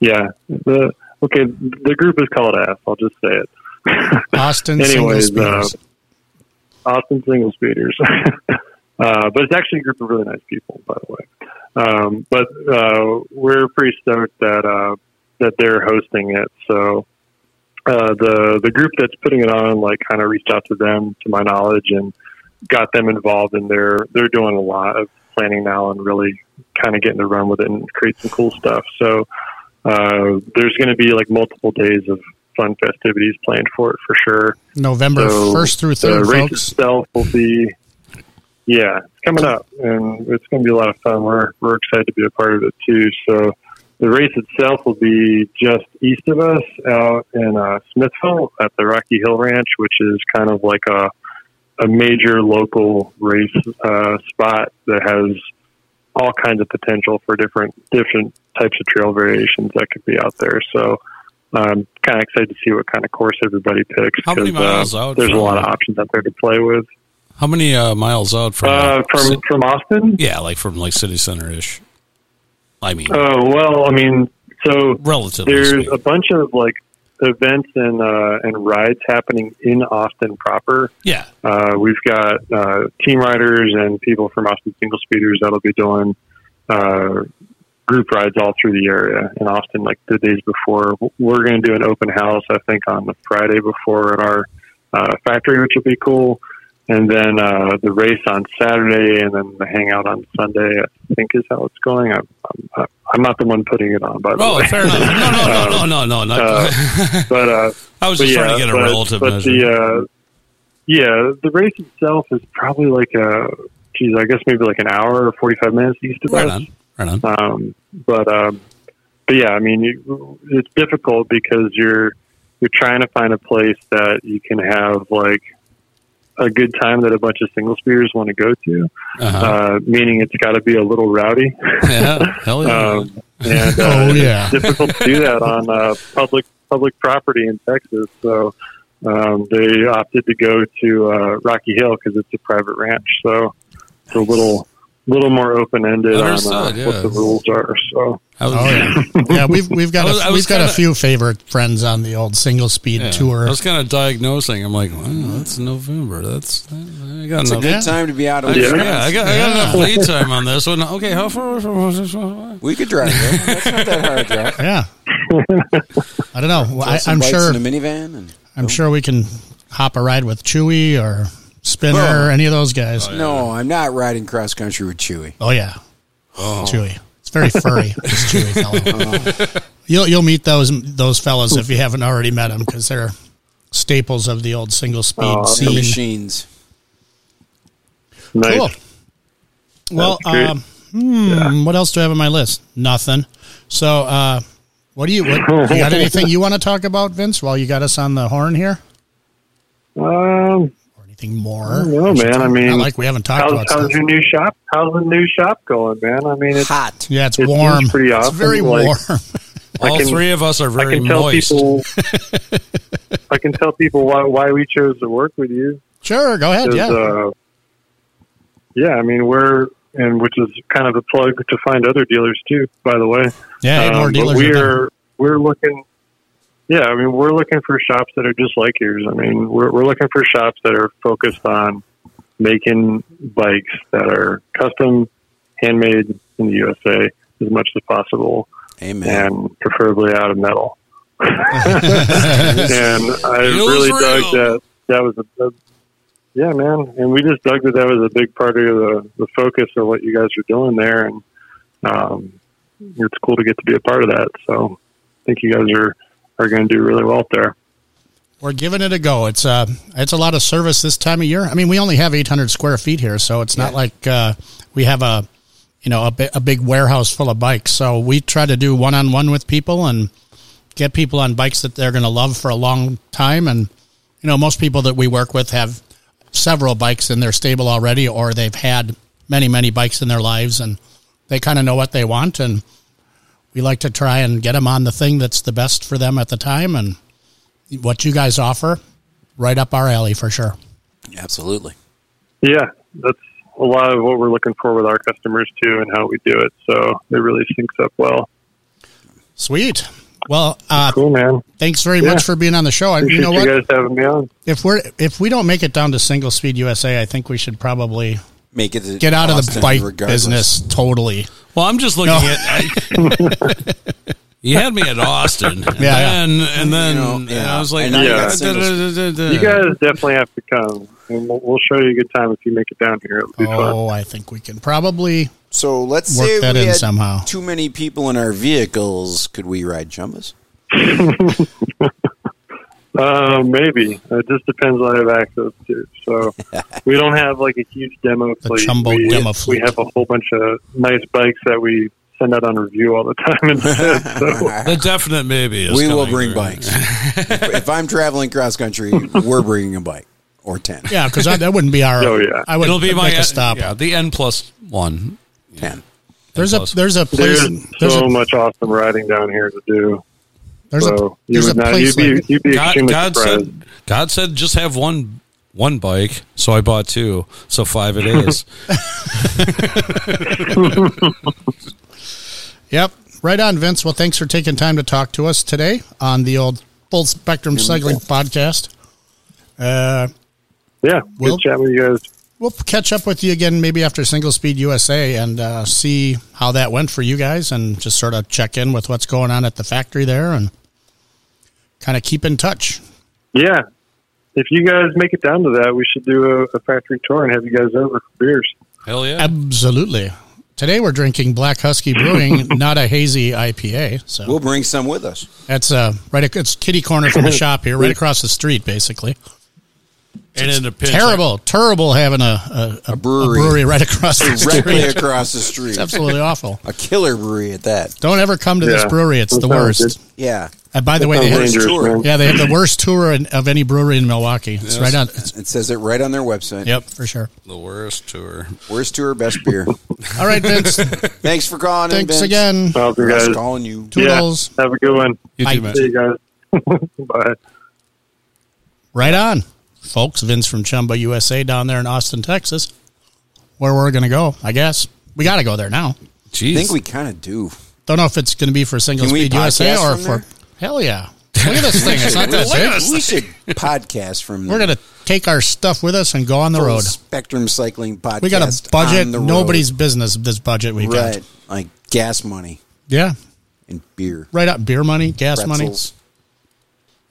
D: Yeah. The okay, the group is called F. I'll just say it. *laughs*
A: Austin
D: Anyways,
A: Single
D: uh,
A: Speeders.
D: Austin Single Speeders. *laughs* uh, but it's actually a group of really nice people, by the way. Um, but uh, we're pretty stoked that uh, that they're hosting it. So uh, the the group that's putting it on, like, kind of reached out to them, to my knowledge, and got them involved. And they're they're doing a lot of planning now and really kind of getting to run with it and create some cool stuff. So uh, there's going to be like multiple days of fun festivities planned for it for sure.
A: November
D: So, uh,
A: first through third,
D: the race
A: folks.
D: itself will be, yeah, it's coming up, and it's going to be a lot of fun. We're we're excited to be a part of it too. So the race itself will be just east of us, out in uh, Smithville at the Rocky Hill Ranch, which is kind of like a a major local race uh, spot that has all kinds of potential for different different types of trail variations that could be out there. So. I'm kind of excited to see what kind of course everybody picks.
B: How many
D: 'cause,
B: miles
D: uh,
B: out
D: There's a
B: from-
D: lot of options out there to play with.
B: How many uh, miles out from?
D: Uh,
B: ci-
D: from from Austin?
B: yeah, like from like city center ish. I mean,
D: Oh well, I mean, so
B: relatively.
D: there's
B: speaking.
D: a bunch of like events and uh, and rides happening in Austin proper.
B: yeah,
D: Uh, we've got uh, team riders and people from Austin Single Speeders that'll be doing uh, group rides all through the area in Austin. Like the days before, we're going to do an open house. I think on the Friday before at our uh, factory, which will be cool. And then uh, the race on Saturday, and then the hangout on Sunday. I think is how it's going. I'm, I'm, I'm not the one putting it on, by the
B: Oh,
D: way. Uh,
B: fair enough. No,
D: *laughs*
B: no, no, no, no, no. not-
D: But uh,
B: *laughs* I was just trying to get a relative
D: but
B: measure.
D: The, uh, yeah, the race itself is probably like a, geez, I guess maybe like an hour or 45 minutes east of
B: right
D: us.
B: on, right on.
D: Um, but, um, but yeah, I mean, you, it's difficult because you're, you're trying to find a place that you can have like a good time that a bunch of single speeders want to go to,
B: Uh-huh.
D: uh, meaning it's got to be a little rowdy.
B: *laughs*
D: *laughs*
B: yeah, hell yeah.
D: Um, and,
A: *laughs*
D: uh,
A: Oh, yeah.
D: it's difficult to do that on uh, public public property in Texas. So um, they opted to go to uh, Rocky Hill because it's a private ranch. So it's a little little more open ended on uh,
B: Understood, yeah.
D: what the rules are. So
B: I was,
A: Oh
D: *laughs*
A: yeah, yeah. We've we've got
B: I was- I
A: a,
B: was
A: we've got
B: kinda-
A: a few favorite friends on the old single speed
B: yeah.
A: tour.
B: I was kind of diagnosing. I'm like, wow, that's November. That's I got
C: It's a
B: enough.
C: good
A: Yeah.
C: time to be out of
D: Yeah.
C: Wisconsin.
B: Yeah, I got, I got enough
D: *laughs*
B: lead time on this one. Okay, how far? Well,
C: We could drive there. That's not that hard to drive.
D: *laughs*
A: Yeah. I don't know. Well, I,
C: Some
A: I'm
C: bikes
A: sure.
C: in a minivan. And,
A: I'm sure we can hop a ride with Chewy or Spinner
C: Oh.
A: or any of those guys. Oh yeah,
C: No, I'm not riding cross country with Chewy.
A: Chewy. It's very *laughs* furry. this Chewy fellow. You'll you'll meet those those fellas if you haven't already met them because they're staples of the old single speed
D: Oh,
C: The
A: scene.
C: machines.
D: nice.
A: Cool. Well,
D: That's great.
A: um, hmm, what else do I have on my list? Nothing. So, uh, what do you? What, you got anything you want to talk about, Vince? While you got us on the horn here,
D: Um,
A: or anything more?
D: don't know,
A: We should
D: man.
A: talk-
D: I mean,
A: not like we haven't talked
D: how's,
A: about
D: how's
A: stuff.
D: your new shop? How's the new shop going, man? I mean, it's,
C: Hot.
A: Yeah, it's
D: It seems
A: warm.
D: pretty
A: It's
D: awesome,
A: very
D: like-
A: warm. *laughs*
B: all
D: can-
B: three of us are
D: I
B: very
D: can tell
B: moist.
D: people. *laughs*
B: *laughs*
D: I can tell people why, why we chose to work with you.
A: sure, go ahead.
D: is,
A: Yeah,
D: uh, yeah, I mean, we're, and which is kind of a plug to find other dealers too, by the way.
A: yeah.
D: Um,
A: more
D: but
A: dealers. are better.
D: we're, we're looking, yeah, I mean, we're looking for shops that are just like yours. I mean, we're, we're looking for shops that are focused on making bikes that are custom, handmade in the USA as much as possible
C: Amen.
D: and preferably out of metal. *laughs*
A: *laughs*
D: and I
B: It was
D: really
B: real.
D: dug that. That was a, a- yeah, man. And we just dug that. That was a big part of the, the focus of what you guys are doing there, and um, it's cool to get to be a part of that. So I think you guys are are going to do really well out there.
A: We're giving it a go. It's uh, it's a lot of service this time of year. I mean, we only have 800 square feet here, so it's not
C: Yeah.
A: like uh, we have a you know a, bi- a big warehouse full of bikes. So we try to do one on one with people and get people on bikes that they're going to love for a long time. And you know, most people that we work with have several bikes in their stable already, or they've had many many bikes in their lives, and they kind of know what they want. And we like to try and get them on the thing that's the best for them at the time and what you guys offer right up our alley for sure
C: Absolutely.
D: Yeah, that's a lot of what we're looking for with our customers too, and how we do it. So it really syncs up well.
A: sweet well uh,
D: Cool, man.
A: thanks very
D: Yeah.
A: much for being on the show I, you
D: Appreciate
A: know
D: you,
A: what
D: guys having me on.
A: if we're if we don't make it down to single speed usa i think we should probably
C: Make it to
A: get out of the
C: Austin
A: bike
C: regardless.
A: business totally
B: *laughs* Well, I'm just looking
A: No.
B: at. I,
D: *laughs*
B: you had me at Austin,
A: Yeah,
B: and
A: yeah.
B: then, and then
C: You know,
B: and
C: yeah.
B: I was like,
C: And now
D: you
B: "Ah,
D: got
B: da, da,
C: singles.
B: da, da, da."
D: You guys definitely have to come, and we'll, we'll show you a good time if you make it down here. It'll be fun.
A: oh i think we can probably
C: So let's
A: Work
C: say
A: that
C: we
A: in
C: had
A: somehow.
C: too many people in our vehicles. Could we ride jumbas?
D: Uh, maybe it just depends what I have access to. So we don't have like a huge demo
A: The
D: fleet.
A: Chumbo
D: we,
A: demo
D: we
A: fleet.
D: have a whole bunch of nice bikes that we send out on review all the time instead. so
B: The definite maybe. Is
C: we will
B: coming
C: bring
B: here.
C: bikes. if, if I'm traveling cross country, we're bringing a bike or ten.
A: yeah because that wouldn't be our
D: *laughs* Oh, yeah.
A: i would
B: It'll be
A: make
B: my uh,
A: a stop
B: Yeah, the N plus one.
C: Ten.
A: there's a
B: Plus.
A: there's a place
D: there's,
A: there's
D: so
A: a,
D: much awesome riding down here to do.
A: there's a,
D: so you
A: there's a
D: would not,
A: place
D: you'd be
A: like-
D: you'd be
B: God,
D: extremely
B: God
D: surprised.
B: said, God said, just have one one bike. So I bought two. So five it
D: *laughs*
B: is.
A: Yep. Right on, Vince. Well, thanks for taking time to talk to us today on the old Full Spectrum Cycling Podcast. Uh,
D: yeah,
A: Well-
D: good chat with you guys.
A: we'll catch up with you again maybe after Single Speed USA and uh, see how that went for you guys and just sort of check in with what's going on at the factory there and kind of keep in touch.
D: Yeah. If you guys make it down to that, we should do a, a factory tour and have you guys over for beers.
B: Hell yeah.
A: Absolutely. Today we're drinking Black Husky
D: *laughs*
A: Brewing, not a hazy IPA. So
C: We'll bring some
A: *laughs*
C: with us.
A: that's uh, right. ac- It's kitty corner
D: *laughs*
A: from the shop here, right across the street, basically.
B: and in a pinch,
A: terrible, terrible having a, a, a, brewery.
C: brewery.
A: right across the
C: Directly
A: street.
C: across the street.
A: It's absolutely awful.
C: A killer brewery at that.
A: Don't ever come to this
D: Yeah.
A: brewery. It's the
D: That sounds
A: worst.
C: Yeah.
A: And by the way, they
D: Sounds
A: have,
C: dangerous.
D: dangerous,
C: tour.
D: man.
A: yeah, they have the worst tour in, of any brewery in Milwaukee. It's right on. It's,
C: It says it right on their website.
A: yep, for sure.
B: the worst tour.
C: Worst tour, best beer.
A: All
C: *laughs*
A: right, Vince.
C: Thanks for calling. in,
A: thanks
C: Vince.
A: again.
D: How's it,
C: For us
D: guys?
C: calling you.
A: Toodles.
D: Yeah, have a good one.
B: You
A: Bye.
B: do, man.
D: See you guys. Bye.
A: Right on, folks. Vince from Chumba USA down there in Austin, Texas, where we're gonna go. I guess we got to go there now.
C: I
B: Jeez.
C: think we kind of do.
A: Don't know if it's gonna be for Single
C: Can we
A: Speed USA
C: podcast
A: or
C: from
A: for
C: there?
A: hell yeah. Look at this thing. It's not
C: *laughs*
A: that big.
C: We should podcast from
A: We're gonna take our stuff with us and go on the
C: Full
A: road.
C: Spectrum Cycling Podcast.
A: We got a budget.
C: on the road.
A: Nobody's business. This budget we
C: right.
A: got.
C: Like gas money
A: Yeah,
C: and beer.
A: right up beer money, gas
C: Pretzels.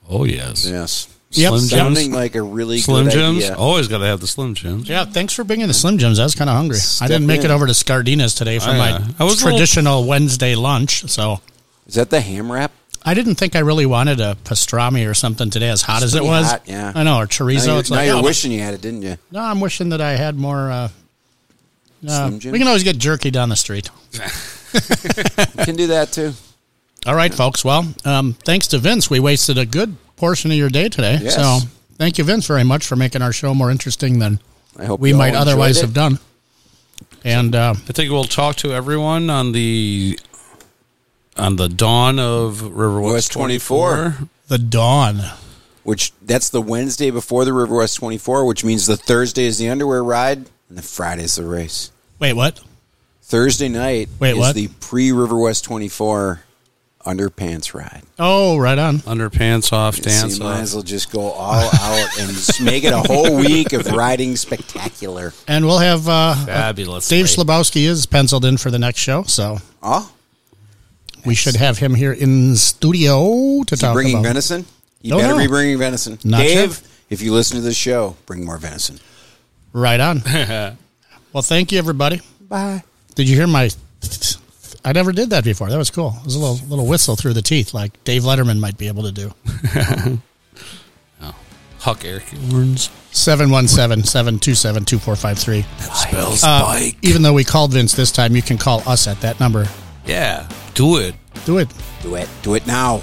B: oh yes.
C: Yes.
A: Yep.
B: Slim
A: Sounding
C: Sounding
B: Jims.
C: like a really
B: Slim
C: good
B: Jims.
C: idea.
A: Oh.
B: Always got to have the Slim
A: money.
B: Jims.
A: Yeah, thanks for bringing the Slim Jims. I was kind of hungry. I
C: Step
A: didn't make it
C: in.
A: over to Scardina's today for
B: Oh,
A: my
B: yeah. I was a little-
A: traditional Wednesday lunch, so
C: Is that the ham wrap?
A: I didn't think I really wanted a pastrami or something today, as hot as it
C: pretty
A: was.
C: hot, yeah.
A: I know, or
C: Now
A: chorizo.
C: you're,
A: it's
C: now
A: like,
C: you're
A: oh,
C: wishing you had it, didn't you?
A: no, I'm wishing that I had more. Uh, uh,
C: Slim Jims?
A: we can always get jerky down the street.
C: You can do that too.
A: All right, folks. Well, um, thanks to Vince, we wasted a good portion of your day today.
C: Yes.
A: So thank you, Vince, very much for making our show more interesting than
C: I hope
A: we
C: you all
A: might
C: enjoyed
A: otherwise
C: it.
A: have done. And uh,
B: I think we'll talk to everyone on the on the dawn of River West
C: West 24.
A: the dawn.
C: Which that's the Wednesday before the River West 24, which means the Thursday is the underwear ride and the Friday's the race.
A: Wait, what?
C: Thursday night
A: Wait,
C: is
A: what?
C: the pre River West 24 underpants ride.
A: Oh, right on.
B: Underpants off,
C: So
B: dance
C: you might
B: off.
C: as well just go all out and just make it a
A: *laughs*
C: whole week of riding spectacular.
A: And we'll have uh,
B: Fabulous.
A: Dave Slabowski is penciled in for the next show, so
C: Oh,
A: we should have him here in studio to talk
C: bringing
A: about.
C: venison? You
A: No,
C: better
A: no.
C: be bringing venison.
A: Not
C: Dave,
A: yet.
C: if you listen to this show, bring more venison.
A: Right on. well, thank you, everybody.
C: Bye.
A: Did you hear my? I never did that before. That was cool. It was a little little whistle through the teeth, like Dave Letterman might be able to do.
B: Huck Eric Horns.
A: 717 727 2453.
C: Spells
A: Uh, even though we called Vince this time, you can call us at that number.
B: Yeah, do it.
A: Do it.
C: Do it. Do it now.